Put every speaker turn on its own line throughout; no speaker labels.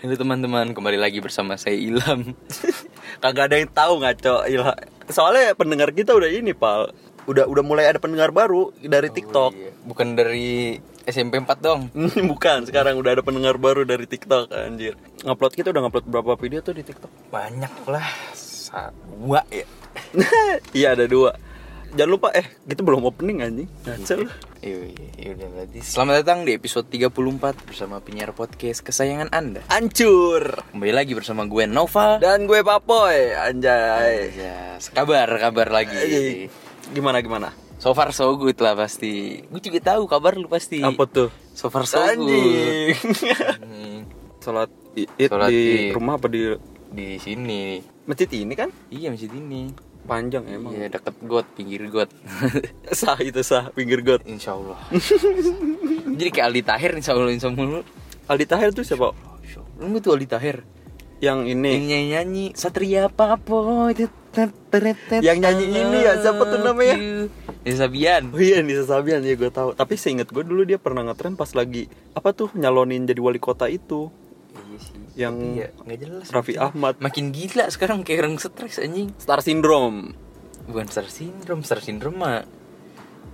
Halo teman-teman, kembali lagi bersama saya Ilham.
Kagak ada yang tahu ngaco Ilha. Soalnya pendengar kita udah ini, Pal. Udah udah mulai ada pendengar baru dari TikTok.
Oh, iya. Bukan dari SMP 4 dong.
Bukan, sekarang udah ada pendengar baru dari TikTok anjir. Ngupload kita udah ngupload berapa video tuh di TikTok?
Banyak lah. Sa- Dua ya.
iya, ada dua. Jangan lupa eh kita belum opening anjing. Ngaco lu.
Iya, iya, iya, udah berarti. Selamat datang di episode 34 bersama penyiar podcast kesayangan Anda.
Hancur.
Kembali lagi bersama gue Noval.
Dan gue Papoy, anjay.
Ya, kabar, kabar
Eh,
lagi.
Gimana gimana?
So far so good lah pasti. Gue juga tahu kabar lu pasti.
Apa tuh?
So far so good.
Anjing.
Hmm,
Salat Id
Salat
di
Id.
rumah apa di
Di sini.
masjid ini kan?
Iya masjid ini.
Panjang emang.
Iya deket got, pinggir got.
Sah itu sah pinggir got.
Insya Allah. Jadi kayak Aldi Tahir Insya Allah Insya Allah.
Aldi Tahir tuh siapa?
Lu tuh Aldi Tahir.
Yang ini.
Yang nyanyi nyanyi Satria Papo.
Yang nyanyi ini ya, siapa tuh namanya?
Ya Sabian.
Oh iya Nisa Sabian ya gue tahu. Tapi seinget gue dulu dia pernah ngetren pas lagi apa tuh nyalonin jadi wali kota itu
Iya sih.
Yang
Tapi ya, nggak jelas.
Raffi Ahmad.
Makin gila sekarang kayak orang stres anjing.
Star Syndrome.
Bukan star syndrome, star syndrome mah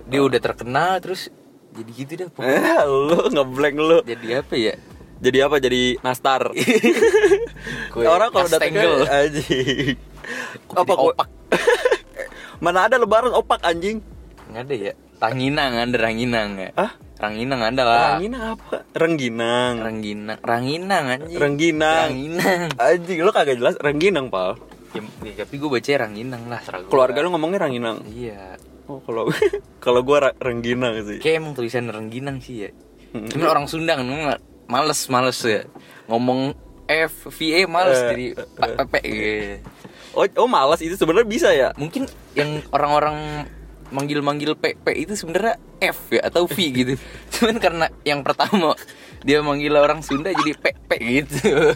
dia
Oh.
udah terkenal terus jadi gitu dah. pokoknya.
Eh lu ngeblank lu.
Jadi apa ya?
Jadi apa? Jadi nastar.
Iya, Kue
Orang kalau eh. datang ke
kastenggel.
anjing.
Kok
Apa
jadi
kue-
opak?
Mana ada lebaran opak anjing?
Nggak ada ya. Ranginang ada ranginang ya.
Hah?
Ranginang ada lah.
Ranginang apa? Rengginang.
Ah. Rengginang, Ranginang anjing.
Rengginang.
Ranginang.
Anjing lu kagak jelas Rengginang, Pal.
Ya, ya, tapi gue baca Ranginang lah seragam.
Keluarga lu ngomongnya Ranginang.
Iya.
Oh, kalau kalau gua Ra- Rengginang sih.
Kayak emang tulisan Rengginang sih ya.
Mm.
Cuman orang Sunda kan emang males males ya. Ngomong F V E males
Eh,
jadi Pak Pepe gitu.
Oh, oh malas itu sebenarnya bisa ya?
Mungkin yang orang-orang manggil-manggil PP itu sebenarnya F ya atau V gitu. Cuman karena yang pertama dia manggil orang Sunda jadi PP gitu.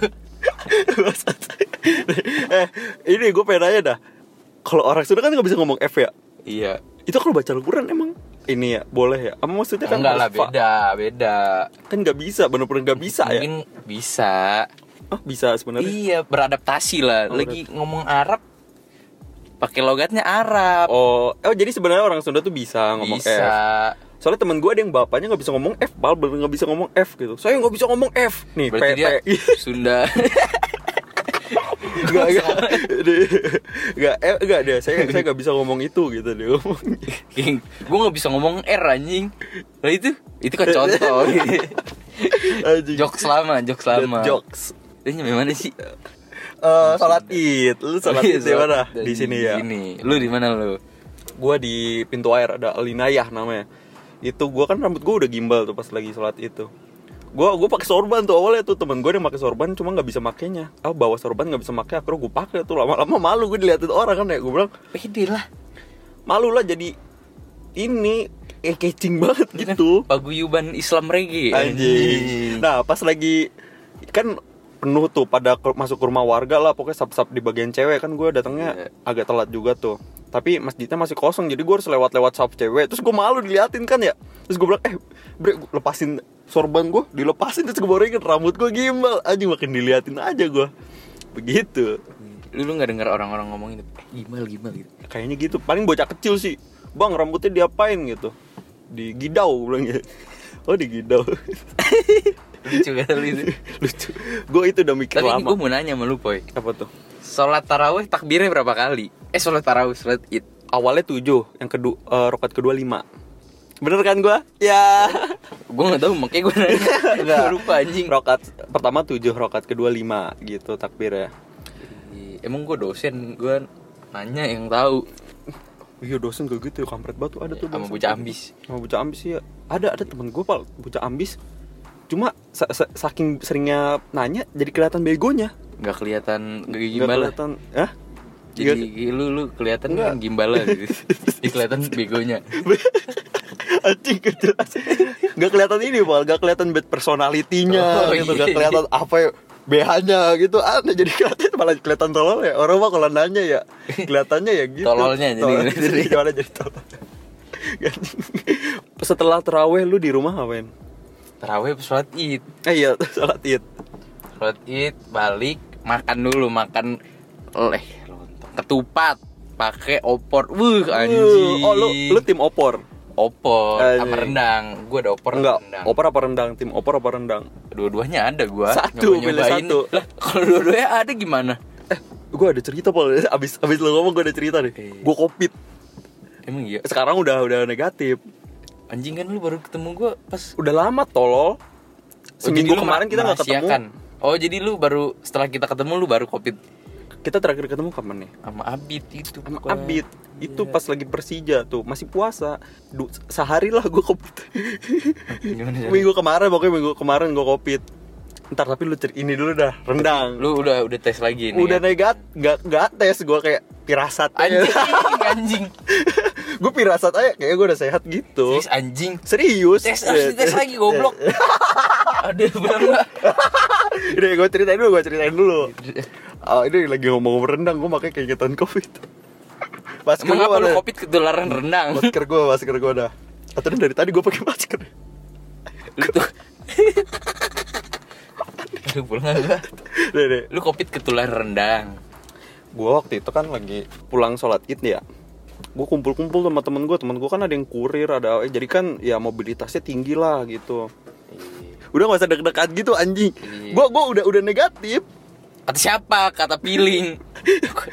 eh, ini gue pengen nanya dah. Kalau orang Sunda kan nggak bisa ngomong F ya?
iya.
Itu kalau baca Al-Quran emang ini ya boleh ya? Apa maksudnya kan
Enggak lah
harus fa-
beda, beda.
Kan nggak bisa, bener-bener nggak bisa ya?
Mungkin bisa.
Oh bisa sebenarnya.
Iya, beradaptasi lah.
Oh,
Lagi ngomong Arab pakai logatnya Arab.
Oh, oh jadi sebenarnya orang Sunda tuh bisa ngomong F.
bisa.
Soalnya temen gue ada yang bapaknya nggak bisa ngomong F, bal bener nggak bisa ngomong F gitu. Saya nggak bisa ngomong F. Nih,
Berarti
P,
dia
P.
Sunda.
Enggak, enggak. Enggak, eh, enggak dia. Saya saya enggak bisa ngomong itu gitu dia ngomong.
gue nggak bisa ngomong R anjing. Lah itu, itu kan contoh.
Anjing.
jok selama, jok selama.
Jokes.
Dia nyampe mana sih?
Eh, salat Id. Lu salat Id di mana? Di sini ya.
Di sini. Lu di mana lu?
Gua di pintu air ada Alinayah namanya. Itu gua kan rambut gua udah gimbal tuh pas lagi salat itu. Gua gua pakai sorban tuh awalnya tuh temen gua yang pakai sorban cuma nggak bisa makainya. Ah bawa sorban nggak bisa pakai akhirnya gua pakai tuh lama-lama malu gua diliatin orang kan ya. Gua bilang
Pede lah.
malu lah jadi ini eh kecing banget gitu.
Paguyuban Islam reggae.
Anjing. Nah, pas lagi kan penuh tuh pada ke- masuk ke rumah warga lah pokoknya sap-sap di bagian cewek kan gue datangnya
Iya.
agak telat juga tuh. Tapi masjidnya masih kosong jadi gue harus lewat-lewat sap cewek. Terus gue malu diliatin kan ya. Terus gue bilang, "Eh, bre, gua lepasin sorban gue, dilepasin terus gue baru inget rambut gue gimbal." Anjing makin diliatin aja gue. Begitu.
Lu lu nggak dengar orang-orang ngomong itu? Eh, gimbal, gimbal gitu.
Kayaknya gitu. Paling bocah kecil sih. Bang, rambutnya diapain gitu? Digidau gua bilang gitu. Oh, digidau.
Lucu kan lu itu.
lucu gue itu udah mikir
Tapi ini
lama
gue mau nanya sama lu, Boy.
apa tuh
Sholat taraweh takbirnya berapa kali? Eh, sholat taraweh, sholat id.
awalnya tujuh yang kedua eh, rokat kedua lima bener kan gue ya
Gue gak tau, makanya gue nanya.
Enggak.
Gua lupa anjing.
rokat pertama tujuh rokat kedua lima gitu takbir ya
Iya, Emang gue dosen, gue nanya yang tahu
iya dosen gue gitu kampret batu ada tuh
sama
dosen.
bocah ambis.
sama bocah ambis ya ada ada temen gue pal bocah ambis cuma sa- sa- saking seringnya nanya jadi kelihatan begonya
Gak kelihatan kayak
Nggak
gimbal lah.
kelihatan Hah?
Jadi lu lu kelihatan kan gimbal lah gitu. Jadi kelihatan begonya.
Anjing gak jelas Gak kelihatan ini Pal Gak kelihatan bad personality-nya
Oh,
gitu.
iya.
Gak kelihatan apa ya BH-nya gitu Aneh jadi kelihatan Malah kelihatan tolol ya Orang mah kalau nanya ya Kelihatannya ya gitu
Tololnya jadi
Tolol-
gitu.
jadi Gimana jadi tolol Setelah terawih lu di rumah ngapain?
Taraweh pas sholat id.
Eh iya sholat id
road it balik makan dulu makan leh lontong ketupat pakai opor wuh anjing
Oh, lu lu tim opor.
opor sama
Anjing.
rendang gue ada opor sama
Enggak,
rendang
opor apa rendang? Tim opor apa rendang?
dua-duanya ada gue
Satu, pilih satu.
lah kalau dua-duanya ada gimana
Eh, gue ada cerita pol. Abis abis lu ngomong gue ada cerita nih.
Iya.
Gue covid.
emang iya
Sekarang udah udah negatif.
anjing kan lu baru ketemu gue pas
Udah lama tolol.
Oh, jadi
Seminggu
lu
kemarin kita nggak ketemu.
merahasiakan. Oh jadi lu baru setelah kita ketemu lu baru covid
Kita terakhir ketemu kapan nih?
sama Abid itu
Sama
bukan.
Abid. Itu
Iya.
pas lagi Persija tuh, masih puasa. Du, sehari lah gue covid.
Gimana sih?
minggu kemarin pokoknya minggu kemarin gue covid. Ntar tapi lu cer- ini dulu dah, rendang.
Lu udah udah tes lagi nih. ya?
udah negat, nggak nggak tes gue kayak pirasat. aja.
anjing anjing.
gue pirasat aja kayak gue udah sehat gitu.
Terus anjing.
Serius.
Tes harus dites lagi goblok.
eh.
Ada benar enggak?
Udah gue ceritain dulu, gue ceritain dulu.
Iya.
Ah, ini lagi ngomong rendang, gue makanya keingetan covid. Masker
Emang
gue
apa lu
mana?
covid ketularan rendang?
Masker gue, masker gue dah. Atau dari tadi gue pakai masker.
Lu tuh. Aduh pulang enggak?
Deh, deh.
Lu covid ketularan rendang.
Gue waktu itu kan lagi pulang sholat id nih ya. Gue kumpul-kumpul sama temen gue, temen gue kan ada yang kurir, ada jadi kan ya mobilitasnya tinggi lah gitu. Udah gak usah deg-degan gitu anjing.
Iya.
Gue gua udah udah negatif.
Kata siapa? Kata feeling.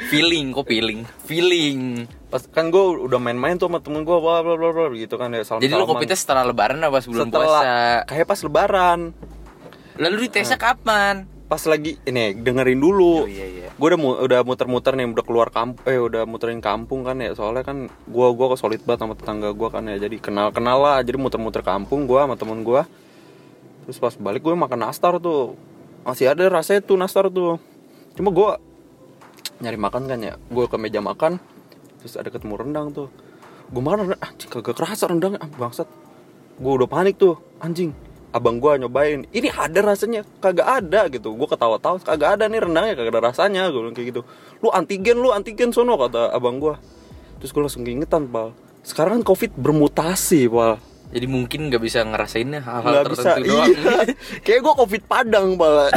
feeling kok feeling. Feeling.
Pas kan gue udah main-main tuh sama temen gue, bla bla bla bla gitu kan ya salam
Jadi lu covidnya setelah lebaran apa sebelum puasa?
kayak pas lebaran.
Lalu ditesnya
Hmm.
kapan?
pas lagi ini dengerin
Oh,
dulu.
iya, iya.
Gue udah mu- udah muter-muter nih, udah keluar kampung, eh udah muterin kampung kan ya. Soalnya kan gua gua ke solid banget sama tetangga gua kan ya. Jadi kenal-kenal lah, jadi muter-muter kampung gua sama temen gua. Terus pas balik gue makan nastar tuh. Masih ada rasanya tuh nastar tuh. Cuma gua nyari makan kan ya. Gue ke meja makan terus ada ketemu rendang tuh. Gue makan rendang, ah, anjing kagak kerasa rendangnya, ah, bangsat. Gue udah panik tuh, anjing. Abang gua nyobain, ini ada rasanya, kagak ada gitu. Gue ketawa-tawa, kagak ada nih rendangnya, kagak ada rasanya. Gue bilang kayak gitu. Lu antigen, lu antigen sono kata abang gua Terus gue langsung keingetan, pal. Sekarang kan covid bermutasi, pal.
Jadi mungkin nggak bisa ngerasainnya hal-hal
Nggak bisa,
tertentu doang.
iya. Kayak gue covid padang, pal.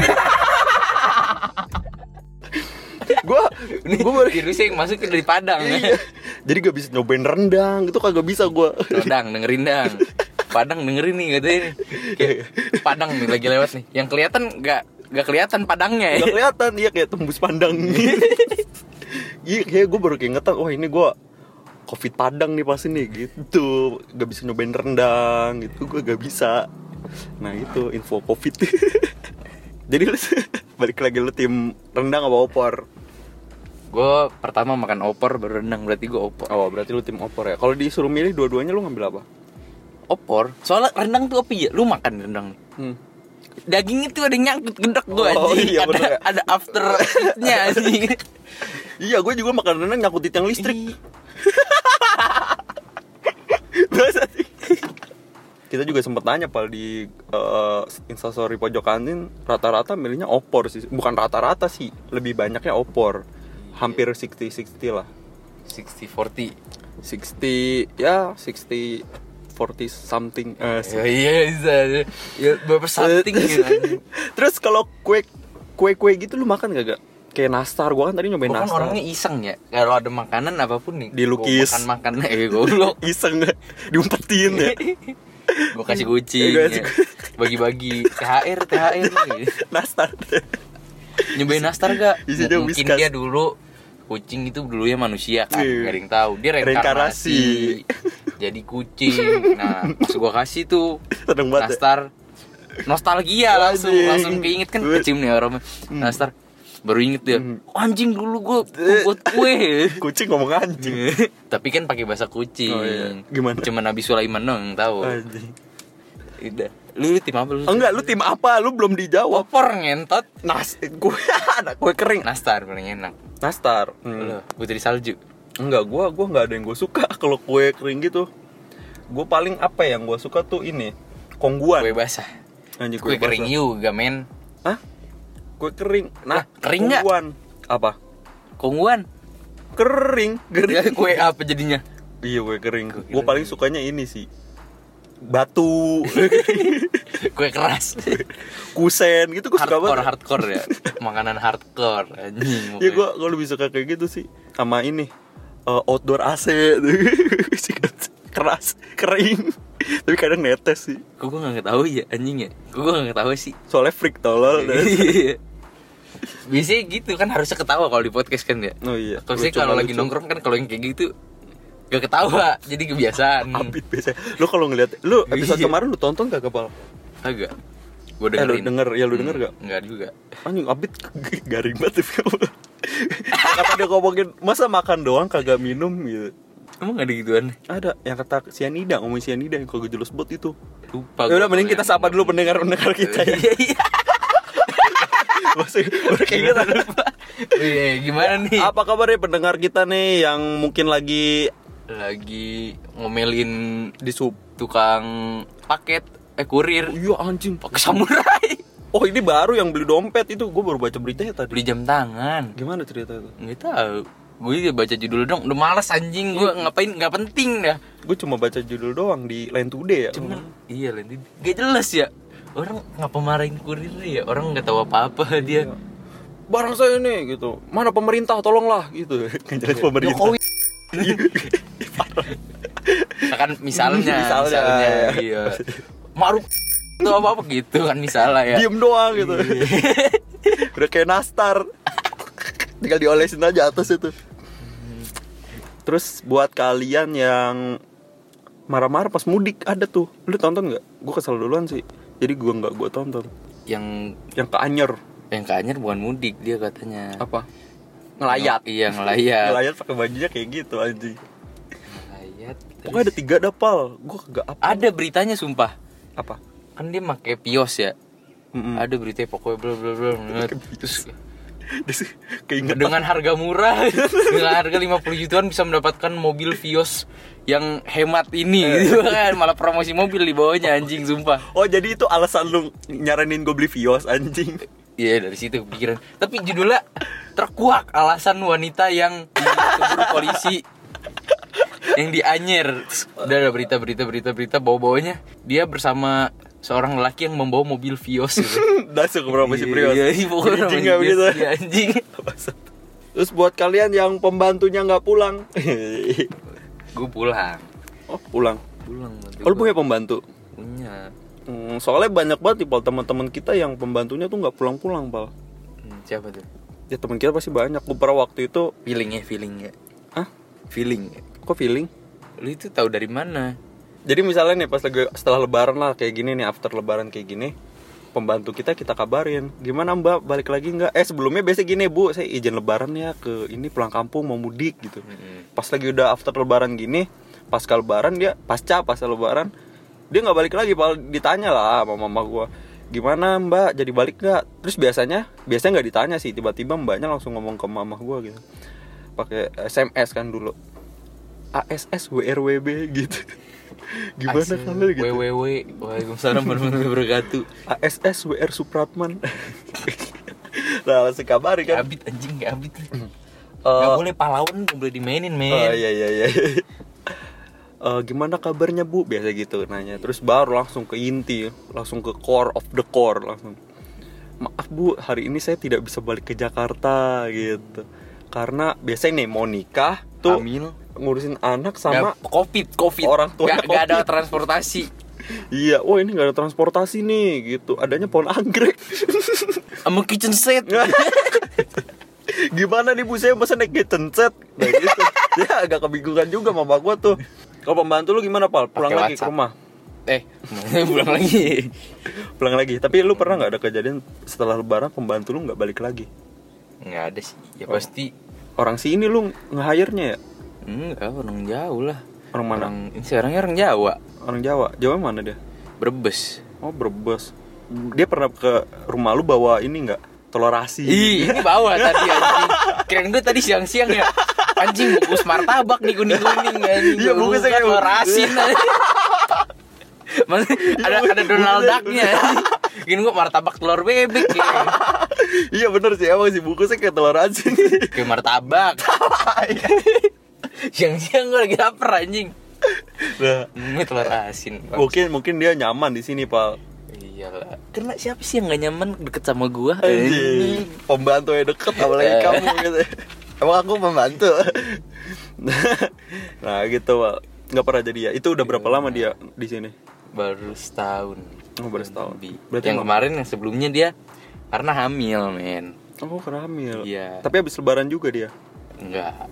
gue
Ini
gue baru
virusnya yang masuk dari Padang.
Iya. Jadi gak bisa nyobain rendang, itu kagak bisa gua.
Padang dengerin dang. Padang dengerin nih katanya nih. Kayak Padang nih lagi lewat nih. Yang kelihatan nggak nggak kelihatan Padangnya. ya.
Gak kelihatan, iya kayak tembus pandang. Iya, kayak gue baru keingetan, wah ini gua covid padang nih pasti nih gitu. Gak bisa nyobain rendang, gitu gua gak bisa. Nah itu info covid. Jadi lu balik lagi lu tim rendang apa opor?
Gue pertama makan opor baru rendang berarti gue opor.
Oh berarti lu tim opor ya. Kalau disuruh milih dua-duanya lu ngambil apa?
Opor. Soalnya rendang tuh apa ya? Lu makan rendang.
Hmm.
Dagingnya tuh ada yang nyangkut gedek gue
Oh,
anjing.
iya,
ada,
bener ya.
ada after nya anjing.
Iya, gue juga makan rendang nyangkut di tiang
Ih,
listrik. Berasa sih. Kita juga sempet nanya pal di eh, instastory pojok kantin rata-rata milihnya opor sih. Bukan rata-rata sih, lebih banyaknya opor. Hampir 60-60 lah.
60-40
60 ya 60 40 something. Eh,
Ya iya bisa Ya berapa something gitu anjing.
Terus kalau kue kue-kue gitu lu makan gak gak? Kayak nastar, gua kan tadi nyobain
Gue kan
nastar.
orangnya iseng ya Kalau ada makanan apapun nih
Dilukis.
Makan-makan Eh goblok
iseng diumpetin ya.
Gue kasih kucing
Iya. Gua
ya.
kasih
Bagi-bagi THR THR nih.
nastar.
Nyobain nastar gak?
Isinya
Mungkin
whiskas.
dia dulu Kucing itu dulunya manusia kan
Iya.
Gak ada yang tahu Dia reinkarnasi Jadi kucing Nah pas gue kasih tuh
Seneng banget ya.
Nastar Nostalgia langsung
Anjing.
Langsung keinget kan kecil nih orangnya
Hmm.
Nastar Baru inget dia Anjing dulu gue buat kue
Kucing ngomong anjing.
Tapi kan pakai bahasa kucing.
Oh, iya. Gimana?
Cuma Nabi Sulaiman dong yang tahu.
Anjing.
Udah. Lu, lu tim apa lu?
Enggak, lu tim apa? Lu belum dijawab.
Opor ngentot.
Nas, gue anak gue kering. Iya.
Nastar paling enak.
Nastar. Hmm.
Lu putri salju.
Enggak, gue gua nggak ada yang gue suka kalau kue kering gitu. Gue paling apa yang gue suka tuh ini kongguan.
Kue basah.
Anjing
Kue kering
basah.
juga men.
Hah? Kue kering. Nah,
Lah, kering nggak?
kongguan. Apa?
Kongguan.
Kering.
Ya,
Kering.
kue apa jadinya?
Iya, kue kering.
Kue
Gue
kering.
paling sukanya ini sih. batu
kue keras
kusen gitu gue suka
hardcore
banget
hardcore ya makanan hardcore anjing pokoknya.
ya gue gue lebih suka kayak gitu sih sama ini eh, outdoor AC keras kering tapi kadang netes sih
kok gue nggak tahu ya anjing ya kok gue nggak tahu sih
soalnya freak
Iya.
tolol
biasanya gitu kan harusnya ketawa kalau di podcast kan ya
oh iya
Terus sih
Lucu,
kalau lagi
lucu.
nongkrong kan kalau yang kayak gitu gak ketawa jadi kebiasaan
Abit biasanya Lu kalau ngeliat Lu episode
hmm. Iya.
kemarin lu tonton gak kepal?
agak gue
Eh lu
dengerin Hmm,
denger Ya lu denger gak?
nggak juga
Anjing Abit garing banget ya Kata dia ngomongin Masa makan doang kagak minum gitu
emang gak ada gituan
Ada yang kata sianida Ngomongin sianida yang kagak jelas buat itu
lupa
Ya udah mending kita sapa dulu pendengar-pendengar kita ya
iya iya
Masih udah kayak gitu
lupa Iya, gimana nih
Apa kabar ya pendengar kita nih Yang mungkin lagi
lagi ngomelin
di sub
tukang paket eh kurir
Iya anjing
pakai samurai
Oh ini baru yang beli dompet itu Gue baru baca beritanya tadi
beli jam tangan
Gimana cerita itu?
nggak tahu gue juga baca judul dong udah males anjing gue ngapain nggak penting dah
Gue cuma baca judul doang di Line Today ya
cuman iya Lendi gak jelas ya orang ngapa marahin kurir ya orang nggak tahu apa apa dia
Iya. barang saya ini gitu mana pemerintah tolonglah gitu kan jelas pemerintah
Jokowi. kan misalnya
Misalnya, ya.
iya maruf atau apa apa gitu kan misalnya ya
diem doang gitu udah kayak nastar tinggal diolesin aja atas itu terus buat kalian yang marah-marah pas mudik ada tuh lu tonton nggak gue kesel duluan sih jadi gua nggak gua tonton
yang
yang ke Anyer
yang ke Anyer bukan mudik dia katanya
apa ngelayat
iya ngelayat
ngelayat Ya. pakai bajunya kayak gitu anjing
ngelayat
pokoknya ada tiga dapal gue gak apa
ada beritanya sumpah
apa
kan dia pakai pios ya
Mm-mm.
ada beritanya pokoknya bla bla bla bla. terus
Terus keinget
dengan harga murah dengan harga 50 jutaan bisa mendapatkan mobil Vios yang hemat ini gitu kan malah promosi mobil di bawahnya anjing sumpah
Oh jadi itu alasan lu nyaranin gue beli Vios anjing
iya dari situ pikiran tapi judulnya terkuak alasan wanita yang ditegur polisi yang dianyer Terus udah ada berita berita berita berita bawa bawanya dia bersama seorang lelaki yang membawa mobil Vios gitu.
Langsung ke promosi
Iya,
Prius
iya, iya, pokoknya
Jadi
promosi
nggak
Vios.
begitu.
Iya, anjing
Bangsat. Terus buat kalian yang pembantunya nggak pulang
gue pulang
Oh pulang
pulang
Oh lu punya pembantu?
punya
Hmm, soalnya banyak banget nih Pal teman-teman kita yang pembantunya tuh nggak pulang-pulang Pal
Hmm, siapa tuh
Ya teman kita pasti banyak Gue pernah waktu itu
feeling ya feeling ya
Hah?
feeling ya.
Kok feeling?
lu itu tahu dari mana
Jadi misalnya nih pas lagi setelah lebaran lah kayak gini nih after lebaran kayak gini pembantu kita kita kabarin gimana mbak balik lagi nggak eh sebelumnya biasa gini bu saya izin lebaran ya ke ini pulang kampung mau mudik gitu pas lagi udah after lebaran gini pasca lebaran dia pasca pasca lebaran dia nggak balik lagi pal ditanya lah sama mama gua gimana mbak jadi balik nggak terus biasanya biasanya nggak ditanya sih tiba-tiba mbaknya langsung ngomong ke mama gua gitu pakai sms kan dulu ASS WRWB gitu gimana
Asing.
kalian gitu
www waalaikumsalam warahmatullahi wabarakatuh
ASS WR Supratman nah langsung kabarin
Gak
kan
abit anjing gak abit
Eh,
Gak boleh pahlawan gak boleh dimainin men
Oh iya iya iya. Eh, gimana kabarnya Bu? Biasa gitu nanya. Terus baru langsung ke inti, langsung ke core of the core langsung. Maaf Bu, hari ini saya tidak bisa balik ke Jakarta gitu. Karena biasanya nih mau nikah tuh
Hamil.
ngurusin anak sama
Gak- covid covid
Orang tuanya
gak, gak ada
covid.
transportasi
iya, wah ini nggak ada transportasi nih gitu. Adanya pohon anggrek.
sama kitchen set
gimana nih bu saya pesan naik kitchen set nah, gitu. Dia agak kebingungan juga mama gua tuh. Kalau pembantu lu gimana, Pal? Pulang
Pakai
lagi ke
WhatsApp.
rumah.
eh pulang lagi
pulang lagi tapi lu pernah nggak ada kejadian setelah lebaran pembantu lu nggak balik lagi
nggak ada sih ya
Oh.
pasti
orang si ini lu nge-hire-nya ya
enggak orang jauh lah
orang mana
orang ini sekarang orang Jawa
orang Jawa Jawa mana dia
Brebes
oh Brebes dia pernah ke rumah lu bawa ini nggak telur asin
Ih, ini bawah tadi anjing. Kirain gue tadi siang-siang ya. Anjing bungkus martabak nih kuning-kuning anjing.
Iya, bungkusnya kayak-
telur asin.
Iya.
Mas, ada ada Donald
bungkusnya-
Ducknya. Gini gue martabak telur bebek ya.
iya bener sih emang sih bungkusnya kayak telur asin
Kayak martabak. Siang-siang gue lagi lapar anjing.
Nah,
Mie telur asin. Bang.
mungkin mungkin dia nyaman di sini pak
Iyalah. Karena siapa sih yang gak nyaman deket sama gua?
Anjing, pembantu yang deket apalagi
Eh.
kamu gitu. Emang aku membantu. nah gitu pak, nggak pernah jadi ya. Itu udah berapa
Iya.
lama dia di sini?
Baru setahun.
Oh, baru setahun.
Lebih.
Berarti
yang
emang-
kemarin yang sebelumnya dia karena hamil, men.
Oh karena hamil.
Iya.
Tapi habis lebaran juga dia.
Enggak.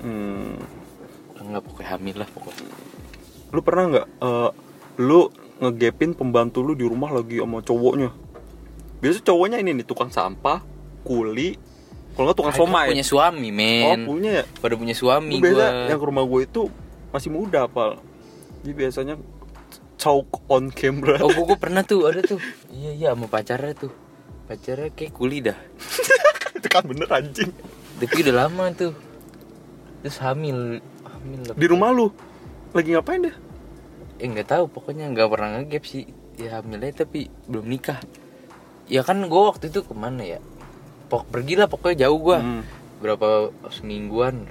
Hmm.
Enggak pokoknya hamil lah pokoknya.
Lu pernah nggak? eh, lu ngegepin pembantu lu di rumah lagi sama cowoknya. Biasanya cowoknya ini nih tukang sampah, kuli, kalau nggak tukang
Kagak
somai.
Ah, punya suami,
ya? Oh
men.
punya ya.
Pada punya suami
Lu biasa
gua.
yang ke rumah gue itu masih muda pal jadi biasanya choke on camera
Oh, gua, gua pernah tuh, ada tuh. Iya, iya sama pacarnya tuh. Pacarnya kayak kuli dah.
itu kan bener anjing
Tapi udah lama tuh. Terus hamil, hamil lah.
di rumah lu lagi ngapain deh
Eh nggak tahu, pokoknya nggak pernah ngegap sih. Ya hamilnya tapi belum nikah. Ya kan gue waktu itu kemana ya? Pok pergilah pokoknya jauh gua.
Hmm.
Berapa semingguan.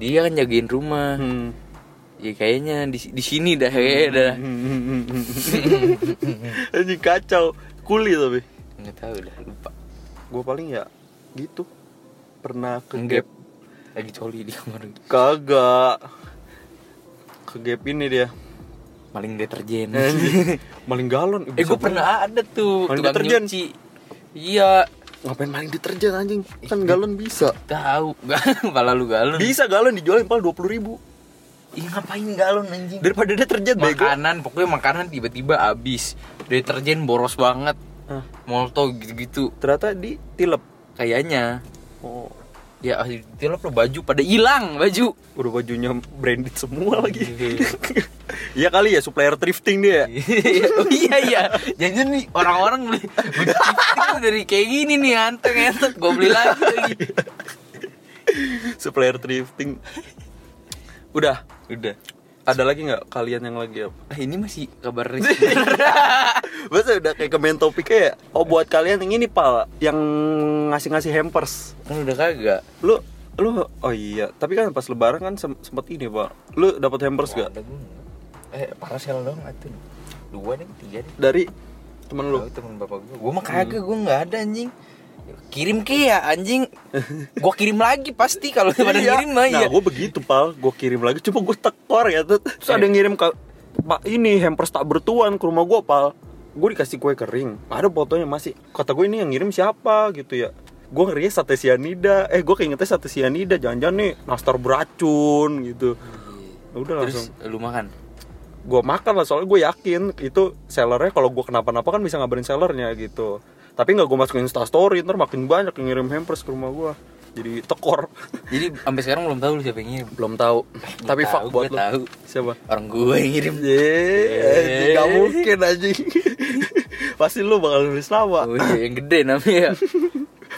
Dia kan jagain rumah.
Hmm.
Ya kayaknya di, di sini dah kayaknya dah.
anjing kacau kuli tapi
Nggak tahu dah, lupa.
gue paling ya gitu pernah ke
Ngegap
gap
lagi coli di kamar
kagak ke gap ini dia
maling deterjen.
Anjing. maling galon
eh gue pernah ada tuh
Maling
tukang
deterjen?
nyuci. Iya,
ngapain maling deterjen anjing kan galon bisa
tahu. Kepala lu galon.
bisa galon dijualin pal dua puluh ribu
Ih, ngapain galon anjing?
daripada deterjen bego
makanan pokoknya makanan tiba-tiba habis deterjen boros banget
Hah.
molto gitu-gitu
Ah, ternyata di tilep
kayaknya
oh
ya tilap lo baju pada hilang baju
udah bajunya branded semua lagi
Iya.
Iya kali ya supplier thrifting dia ya?
oh, iya iya jangan nih orang-orang beli baju lipstick tuh dari kayak gini nih anteng anteng gue beli lagi lagi
supplier thrifting udah
udah
ada lagi nggak kalian yang lagi apa
ah, ini masih kabar
Masa udah kayak kemen topiknya ya oh buat kalian yang ini pal yang ngasih ngasih hampers
kan udah kagak
lu lu oh iya tapi kan pas lebaran kan sem- sempet ini pak lu dapat hampers gak
Ada gua nggak. eh parasel dong atuh dua nih tiga nih
dari temen lu
Tahu temen bapak gue. Gue mah kagak, gue nggak ada anjing. Kirim ke ya anjing. Gua kirim lagi pasti kalau pada
Iya.
kirim mah
Nah
ya.
gue begitu pal Gue kirim lagi Cuma gue tekor ya Terus terus ada yang ngirim ke Pak ini hampers tak bertuan ke rumah gue pal Gue dikasih kue kering Ada fotonya masih Kata gue ini yang ngirim siapa gitu ya Gue ngerinya sate sianida Eh gue keingetnya sate sianida Jangan-jangan nih nastar beracun gitu Udah
Iya. Terus
langsung
lu makan.
Gue makan lah soalnya gue yakin Itu sellernya kalau gue kenapa-napa kan bisa ngabarin sellernya gitu Tapi nggak gue masukin instastory Ntar makin banyak yang ngirim hampers ke rumah gue Jadi tekor
Jadi sampai sekarang belum tahu lu siapa yang ngirim.
belum tahu
Gua
tapi fuck
tahu,
buat
gua
lo
tahu.
siapa
Orang gue yang ngirim.
Yeay, nggak mungkin anjing pasti lu bakal nulis nama
Oh iya, yang gede namanya.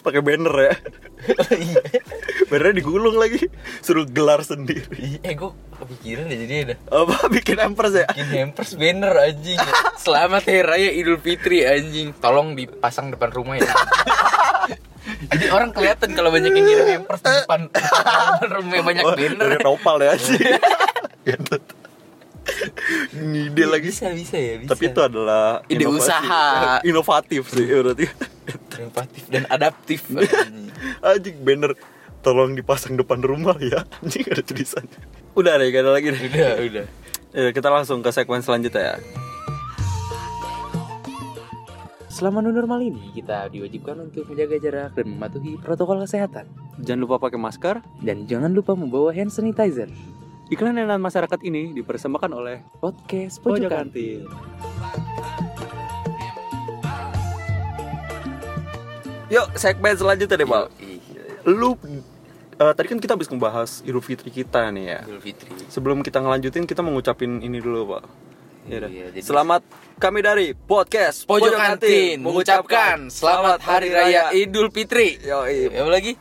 pakai banner ya
Oh, iya.
bannernya digulung lagi suruh gelar sendiri
Eh gue kepikiran ya jadi ada
apa bikin hampers ya
bikin hampers banner anjing. Selamat Hari Raya Idul Fitri anjing. Tolong dipasang depan rumah ya. Jadi orang kelihatan kalau banyak yang ngirim hampers di depan, depan rumah banyak
Oh,
banner.
dari nopal ya anjing Gendut. ngide lagi
bisa bisa ya bisa.
tapi itu adalah
Ide
inovasi.
usaha.
inovatif sih ya, berarti
inovatif dan adaptif.
Iya. anjing banner tolong dipasang depan rumah ya anjing ada tulisannya udah deh gak ada lagi deh
udah udah.
Ya, kita langsung ke segmen selanjutnya ya.
Selama new normal ini kita diwajibkan untuk menjaga jarak dan mematuhi protokol kesehatan
Jangan lupa pakai masker.
dan jangan lupa membawa hand sanitizer.
Iklan layanan masyarakat ini dipersembahkan oleh
Podcast
Pojok
pojokan.
Kantin. Yuk, segmen selanjutnya deh, Pak. Lu eh, tadi kan kita habis ngebahas Idul Fitri kita nih ya.
Idul Fitri.
Sebelum kita ngelanjutin, kita mengucapin ini dulu, Pak. Ya udah.
Iya, jadi-
Selamat kami dari podcast
Pojok kantin mengucapkan selamat Hari Raya Idul Fitri.
Yoi.
Apa lagi?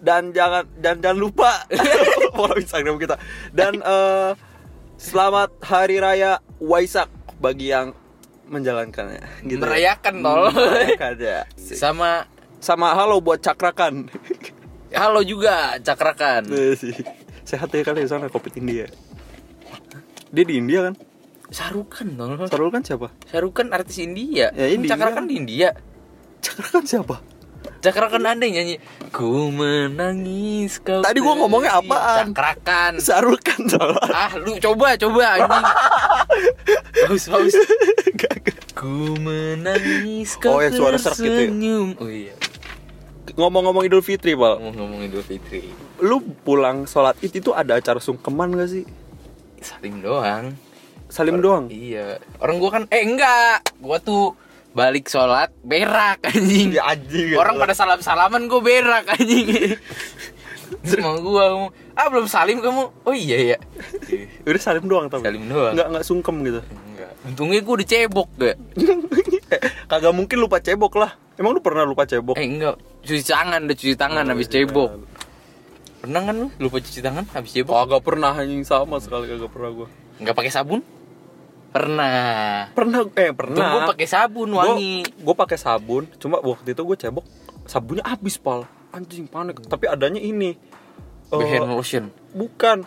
dan jangan dan jangan lupa follow Instagram kita dan eh, selamat hari raya Waisak bagi yang menjalankannya gitu ya.
Merayakan, tol.
Merayakan, ya.
Sama
sama halo buat cakrakan Gitu
halo juga cakrakan.
ya Tuh, sih. sehat ya kali di sana covid India Dia di India kan?
Sarukan dong.
Sarul kan siapa?
Sarukan artis India.
Ya, India.
Cakra kan di India.
Cakra kan siapa?
Cakra kan ada yang nyanyi. Ku menangis kau.
Iya. Tadi gua ngomongnya
pergi."
apaan?
Cakra kan.
Sarul kan salah.
Ah, lu coba coba anjing. bagus bagus. Ku menangis kau.
Oh, yang suara serak gitu ya?
tersenyum. Oh iya.
Ngomong-ngomong Idul Fitri, Pal.
Ngomong-ngomong Idul Fitri.
Lu pulang sholat id itu ada acara sungkeman gak sih?
Salim doang.
Salim doang.
Iya. Orang gua kan eh enggak. Gua tuh balik sholat berak anjing.
Ya, anjing.
Orang pada salam-salaman gua berak anjing. Terus mau gua ngomong, "Ah, belum salim kamu." Oh iya ya.
udah salim doang tapi.
Salim doang.
Nggak nggak sungkem gitu.
Enggak. Untungnya gua udah cebok gak?
Eh, Kagak mungkin lupa cebok lah. Emang lu pernah lupa cebok?
Eh enggak, cuci tangan, udah cuci tangan habis cebok. Iya. Pernah kan lu lupa cuci tangan habis cebok?
Kagak pernah anjing sama sekali kagak pernah gua.
Enggak pakai sabun? Pernah.
Pernah
Tuh gua
eh pernah.
pakai sabun wangi.
Gue pakai sabun, cuma waktu itu gue cebok, sabunnya habis pal. Anjing panik. Tapi adanya ini. eh,
Hand lotion.
bukan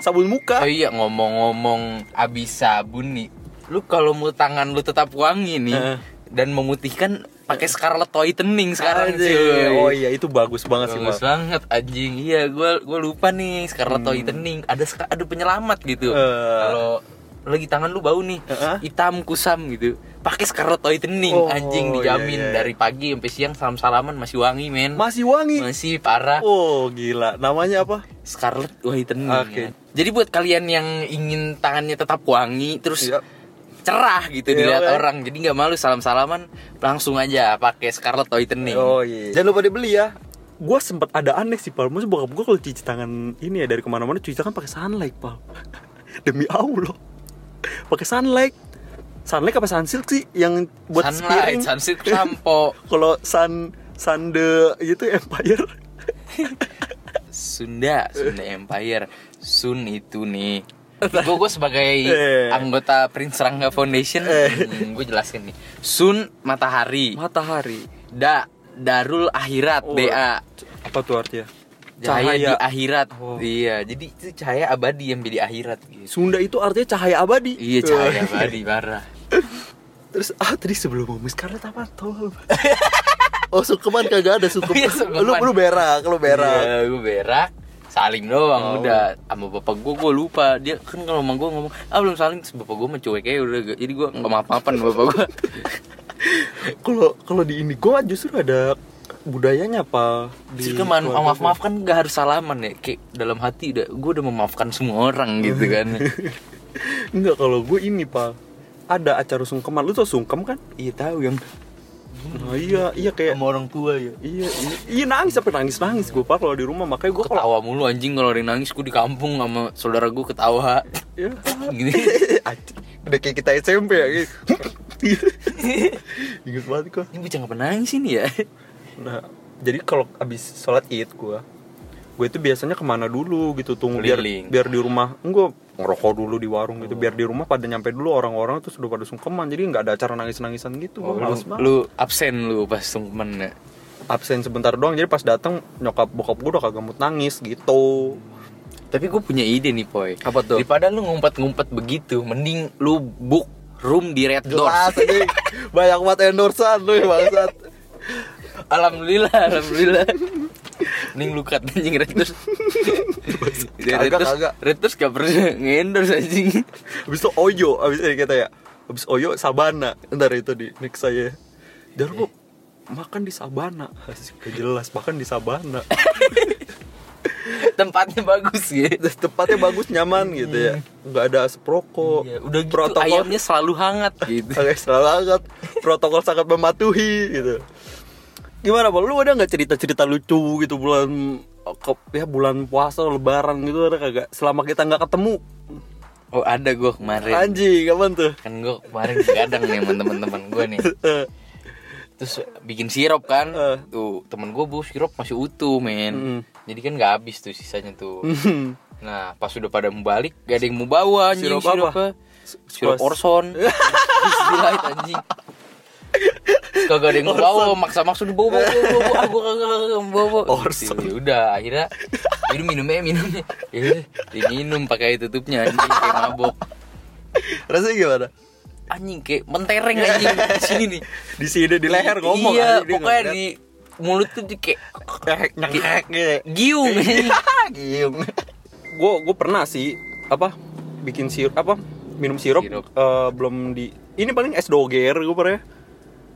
sabun
Oh
muka.
iya ngomong-ngomong abis sabun nih, lu kalau mau tangan lu tetap wangi nih
Eh.
dan memutihkan pakai Scarlett Toitening sekarang
Anjing.
cuy.
Oh iya itu bagus banget
Bagus
sih pal.
banget anjing. Iya, gua gua lupa nih Scarlett Toitening. Ada ska- ada penyelamat gitu.
Hmm. Eh.
Kalau lagi tangan lu bau nih,
Eh-eh.
hitam kusam gitu. Pakai Scarlett Toitening
Oh,
anjing
iya,
dijamin
iya, iya.
dari pagi sampai siang salam-salaman masih wangi, men.
Masih wangi.
Masih parah.
Oh gila. Namanya apa?
Scarlett Whitening.
Oke.
ya. Jadi buat kalian yang ingin tangannya tetap wangi terus
Iya.
cerah gitu
Iya,
dilihat
oke.
orang, jadi nggak malu salam-salaman langsung aja pakai Scarlett Whitening.
Oh iya. Jangan lupa dibeli ya. Gue sempet ada aneh sih pal. Maksud bokap gue kalau cuci tangan ini ya dari kemana-mana cuci tangan pakai sunlight pal. Demi Allah. Pakai sunlight. Sunlight apa sunsilk sih yang buat
Sunlight,
spearing?
sunset sampo,
Kalau sun sunde gitu empire.
Sunda, Sunda Empire, Sun itu nih. Gue gue sebagai
Eh.
anggota Prince Rangga Foundation, gue jelaskan nih. Sun matahari,
Matahari.
da darul akhirat,
Oh.
da
Apa tuh artinya?
cahaya, di
Cahaya.
akhirat.
Oh.
Iya, jadi itu cahaya abadi yang jadi akhirat gitu.
Sunda itu artinya cahaya abadi.
Iya cahaya abadi parah.
Terus ah tadi sebelum ngomong Scarlett apa tolol. oh sungkeman kagak ada sungkeman.
iya, sungkeman.
Lu lu berak, lu berak.
Iya, gue berak. Saling doang
Oh.
udah sama bapak gue gue lupa dia kan kalau sama gue ngomong ah belum saling Terus bapak gue mencuek aja udah jadi gue nggak maaf maafan sama bapak gue
Kalau kalau di ini gua justru ada budayanya apa di
Terus kan man-
keluarga
maaf
gua.
maaf kan nggak harus salaman ya kayak dalam hati udah gue udah memaafkan semua orang gitu kan
Enggak kalau gue ini pak ada acara sungkeman lu tau sungkem kan?
iya tahu yang
Nah, iya iya kayak
sama orang tua ya
iya iya, iya nangis sampai nangis nangis gue pak kalau di rumah makanya gue kalau
ketawa mulu anjing kalau ada yang nangis gue di kampung sama saudara gue ketawa
ya.
gini
Anjing, Eh, udah kayak kita SMP ya gitu. Ingat banget gua.
ini bocah nggak pernah nangis ini ya
Nah, jadi kalau abis sholat id gue, gue itu biasanya kemana dulu gitu tunggu biar
Keliling. Oh.
biar di rumah gue ngerokok dulu di warung gitu biar di rumah pada nyampe dulu orang-orang tuh sudah pada sungkeman jadi nggak ada acara nangis-nangisan gitu
Oh, lu,
gue males banget
lu absen lu pas temen ya
absen sebentar doang jadi pas datang nyokap bokap gue udah kagak mood nangis gitu
Tapi gue punya ide nih, Poy.
Apa tuh?
Daripada lu ngumpet-ngumpet begitu, mending lu book room di Red Doors.
anjing. Ah, banyak banget endorsean lu ya, bangsat
alhamdulillah, alhamdulillah. Mending lu cut anjing Red Doors. Ya, Red
Kagak,
Doors-
kagak.
Red Doors gak pernah ngendorse anjing.
abis itu oyo abis ini kita ya abis oyo sabana ntar itu di next saya jangan kok makan di sabana Gak jelas makan di sabana
Tempatnya bagus ya.
tempatnya bagus nyaman gitu ya nggak ada asap rokok
Hmm. Iya, udah gitu
protokol
ayamnya selalu hangat gitu.
agak selalu hangat. protokol sangat mematuhi gitu gimana bang lu ada nggak cerita cerita lucu gitu bulan ke- ya bulan puasa lebaran gitu ada kagak selama kita nggak ketemu
Oh, ada gue kemarin.
anjing kapan tuh
Kan gue kemarin digadang nih sama teman-teman gue nih.
Eh,
terus bikin sirup kan
Eh.
tuh temen gue bu sirup masih utuh
Mm.
men jadi kan nggak habis tuh sisanya tuh
Mm.
nah pas udah pada mau balik gak ada yang mau bawa anjing
Sirup apa?
sirupnya. sirup
Pas-
Orson Bismillah anjing kagak ada yang mau bawa maksa-maksa udah bawa bawa bawa bawa bawa aku kagak kagak mau bawa bawa
Orson.
Gitu. udah eh, Ya akhirnya minum minumnya minumnya ya udah, diminum pakai tutupnya anjing kayak mabok
rasanya gimana
anjing kayak mentereng anjing di sini nih
di sini di leher ngomong
iya
anjing, dia
pokoknya
ngeliat.
di mulut tuh di kayak
Ngehek, ngehek gitu.
giung anjing.
Gium. Gue gue pernah sih apa bikin sirup apa minum sirup,
Sirup.
eh, belum di ini paling es doger gue pernah.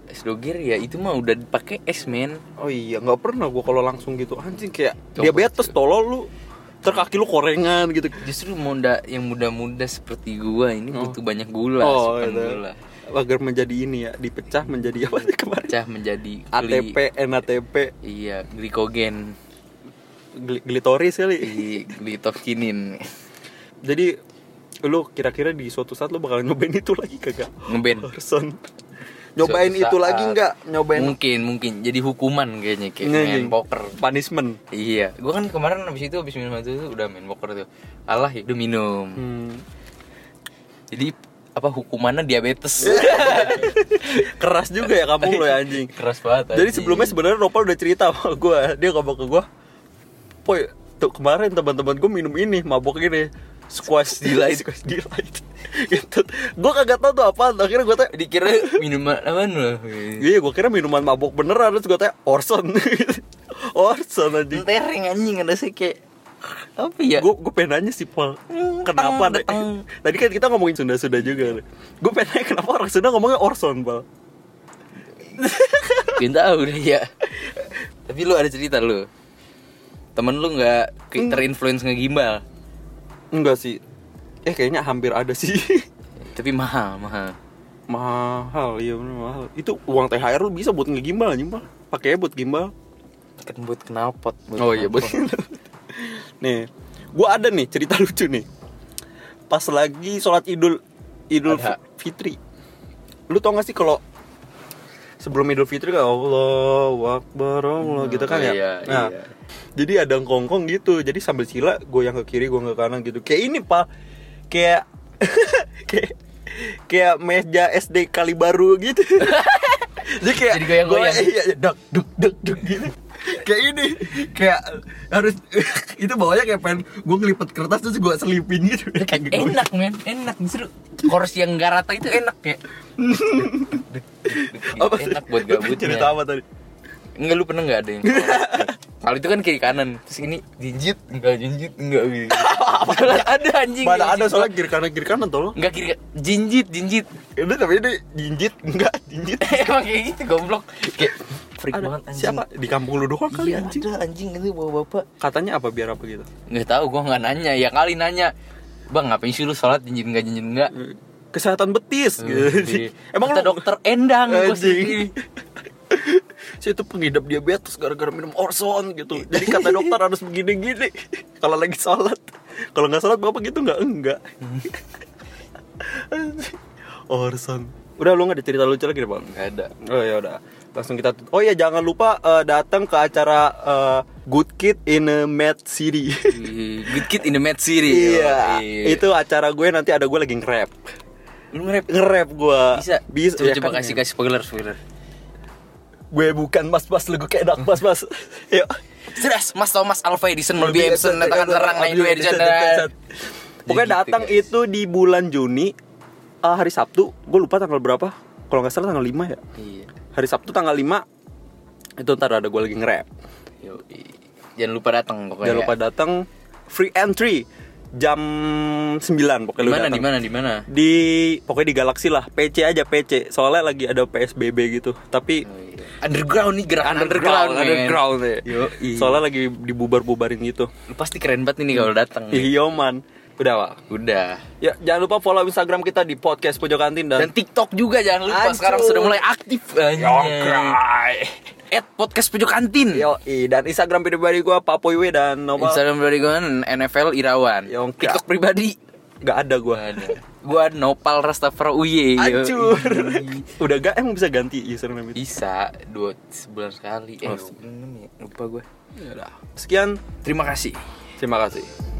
es doger ya itu mah udah pakai es men
Oh iya nggak pernah gue kalau langsung gitu anjing kayak
Coba
diabetes tolol lu terkaki lu korengan gitu.
justru monda yang muda-muda seperti gua ini
Oh.
butuh banyak gula
oh
asupan
gitu.
gula
Agar menjadi ini ya dipecah menjadi apa sih kemarin?
pecah menjadi gli-
ATP, NATP,
iya glikogen
gli- glitoris kali.
di glitokinin
Jadi lu kira-kira di suatu saat lu bakal nyobain itu lagi kagak?
ngeben
Person. Nyobain
Suatu
itu
saat.
lagi nggak? Nyobain
mungkin mungkin jadi hukuman kayaknya kayak
Iya,
main
iya.
poker
punishment.
Iya, gua kan kemarin habis itu habis minum itu tuh udah main poker tuh. Allah ya udah minum.
Hmm.
Jadi apa hukumannya diabetes.
Keras juga ya kampung lo ya anjing.
Keras banget.
Jadi
anjing.
sebelumnya sebenarnya Nopal udah cerita sama gue, dia ngomong ke gue, Poy, tuh kemarin teman-teman gue minum ini, mabok ini, squash delight, squash delight. gitu. Gue kagak tahu tuh apaan, akhirnya gue tanya,
dikira minuman apa loh.
iya gue kira minuman mabok beneran, terus gue tanya, Orson. Orson anjing.
Entereng anjing ada sih kayak apa ya?
Gue gue pengen nanya sih Pol,
teng,
kenapa?
teng.
Tadi kan kita ngomongin Sunda-Sunda juga, gue pengen nanya kenapa orang Sunda ngomongnya Orson, Pol.
Gak tahu udah ya. Tapi lu ada cerita lu. Temen lu nggak
Hmm.
ke- terinfluence ngegimbal,
Enggak sih. Eh kayaknya hampir ada sih.
tapi mahal mahal.
mahal, iya bener mahal. Itu uang THR lu bisa buat ngegimbal anjing, Pak. Pakainya buat gimbal.
Kan buat knalpot.
Oh iya, buat. nih, gua ada nih cerita lucu nih. Pas lagi sholat Idul Idul
Adha.
Fitri. Lu tau gak sih kalau sebelum Idul Fitri kan Allah Akbar Allah gitu kan ya.
iya,
nah,
iya.
jadi ada kongkong gitu. Jadi sambil sila goyang ke kiri, goyang ke kanan gitu. Kayak ini, Pak. Kayak kayak kayak meja SD kali baru gitu. Jadi kayak
Jadi goyang-goyang.
goyang, iya, iya, duk duk duk duk gitu. Kayak ini, kayak harus itu bawahnya kayak pengen gue ngelipet kertas terus gue selipin gitu. Kayak gue-
enak men enak justru chorus yang nggak rata itu enak ya
Apa sih?
enak buat
Lu Cerita
gabutnya
apa tadi?
enggak lu pernah nggak ada yang kalau itu kan kiri kanan terus ini jinjit enggak jinjit enggak gitu Soalnya ada anjing
Mana
yang
ada
jinjit.
soalnya kiri kanan kiri kanan tolong.
enggak kiri jinjit jinjit
Ini tapi ini jinjit enggak jinjit.
emang kayak gitu goblok kayak freak
Ada.
banget anjing
Siapa? Di kampung lu doang kali
iya
anjing.
ada anjing itu bawa bapak
Katanya apa biar apa gitu?
nggak tahu gua nggak nanya ya kali nanya bang ngapain sih lu sholat jinjit enggak jinjit enggak
Kesehatan betis
Hmm,
gitu.
Emang
Emang
Kata
lu
dokter endang gua
Anjing.
sendiri.
Saya itu pengidap diabetes gara-gara minum Orson gitu. Jadi kata dokter harus begini-gini kalau lagi sholat. Kalau nggak sholat bapak gitu nggak enggak. Anjing. Orson. Udah lu nggak ada cerita lucu lagi deh bang.
Nggak ada.
Oh ya udah. Langsung kita tut- Oh ya jangan lupa eh, datang ke acara eh, Good Kid in a Mad City.
Di Good Kid in the Mad City.
Iya,
Yoi.
itu acara gue nanti ada gue lagi nge-rap.
lu nge-rap
Nge-rap gue.
bisa.
Bisa.
Coba,
ya
coba
kan?
kasih kasih spoiler spoiler.
Gue bukan mas-mas lu gue kayak enak mas-mas. Yuk.
Serius, Mas Thomas Alva Edison lebih Edison datang serang lain dua Edison. dan- Jadi
Pokoknya
gitu,
datang
guys.
itu di bulan Juni eh, hari Sabtu, gue lupa tanggal berapa. Kalau nggak salah tanggal 5 ya.
Iya.
Hari Sabtu tanggal 5 itu ntar ada gue lagi nge-rap.
Yoi. Jangan lupa datang pokoknya.
Jangan lupa datang free entry jam 9 pokoknya
Di
lu
mana
datang.
di mana di mana?
Di pokoknya di Galaxy lah, PC aja PC. Soalnya lagi ada PSBB gitu. Tapi
Yoi. Underground nih gerak
underground,
men.
underground, ya.
Yoi.
Soalnya lagi dibubar-bubarin gitu.
Lu pasti keren banget nih kalau datang. nih.
Iya man. Udah, Pak.
Udah.
Ya, jangan lupa follow Instagram kita di podcast Pojok Kantin
Dan
dan,
TikTok juga jangan lupa
Anjing.
sekarang sudah mulai aktif. Anjing. At podcast pojok kantin.
Yoi, dan Instagram pribadi gua Papoy W dan Nova.
Instagram pribadi gue NFL Irawan.
Yongka.
TikTok pribadi
Gak ada gua.
gue Nopal Rastafari Uye. yo.
Hancur. Udah gak emang bisa ganti username itu.
Bisa dua sebulan sekali. Eh,
Oh.
sebulan enam ya. Lupa gue.
Sekian,
Terima kasih.
Iya terima kasih.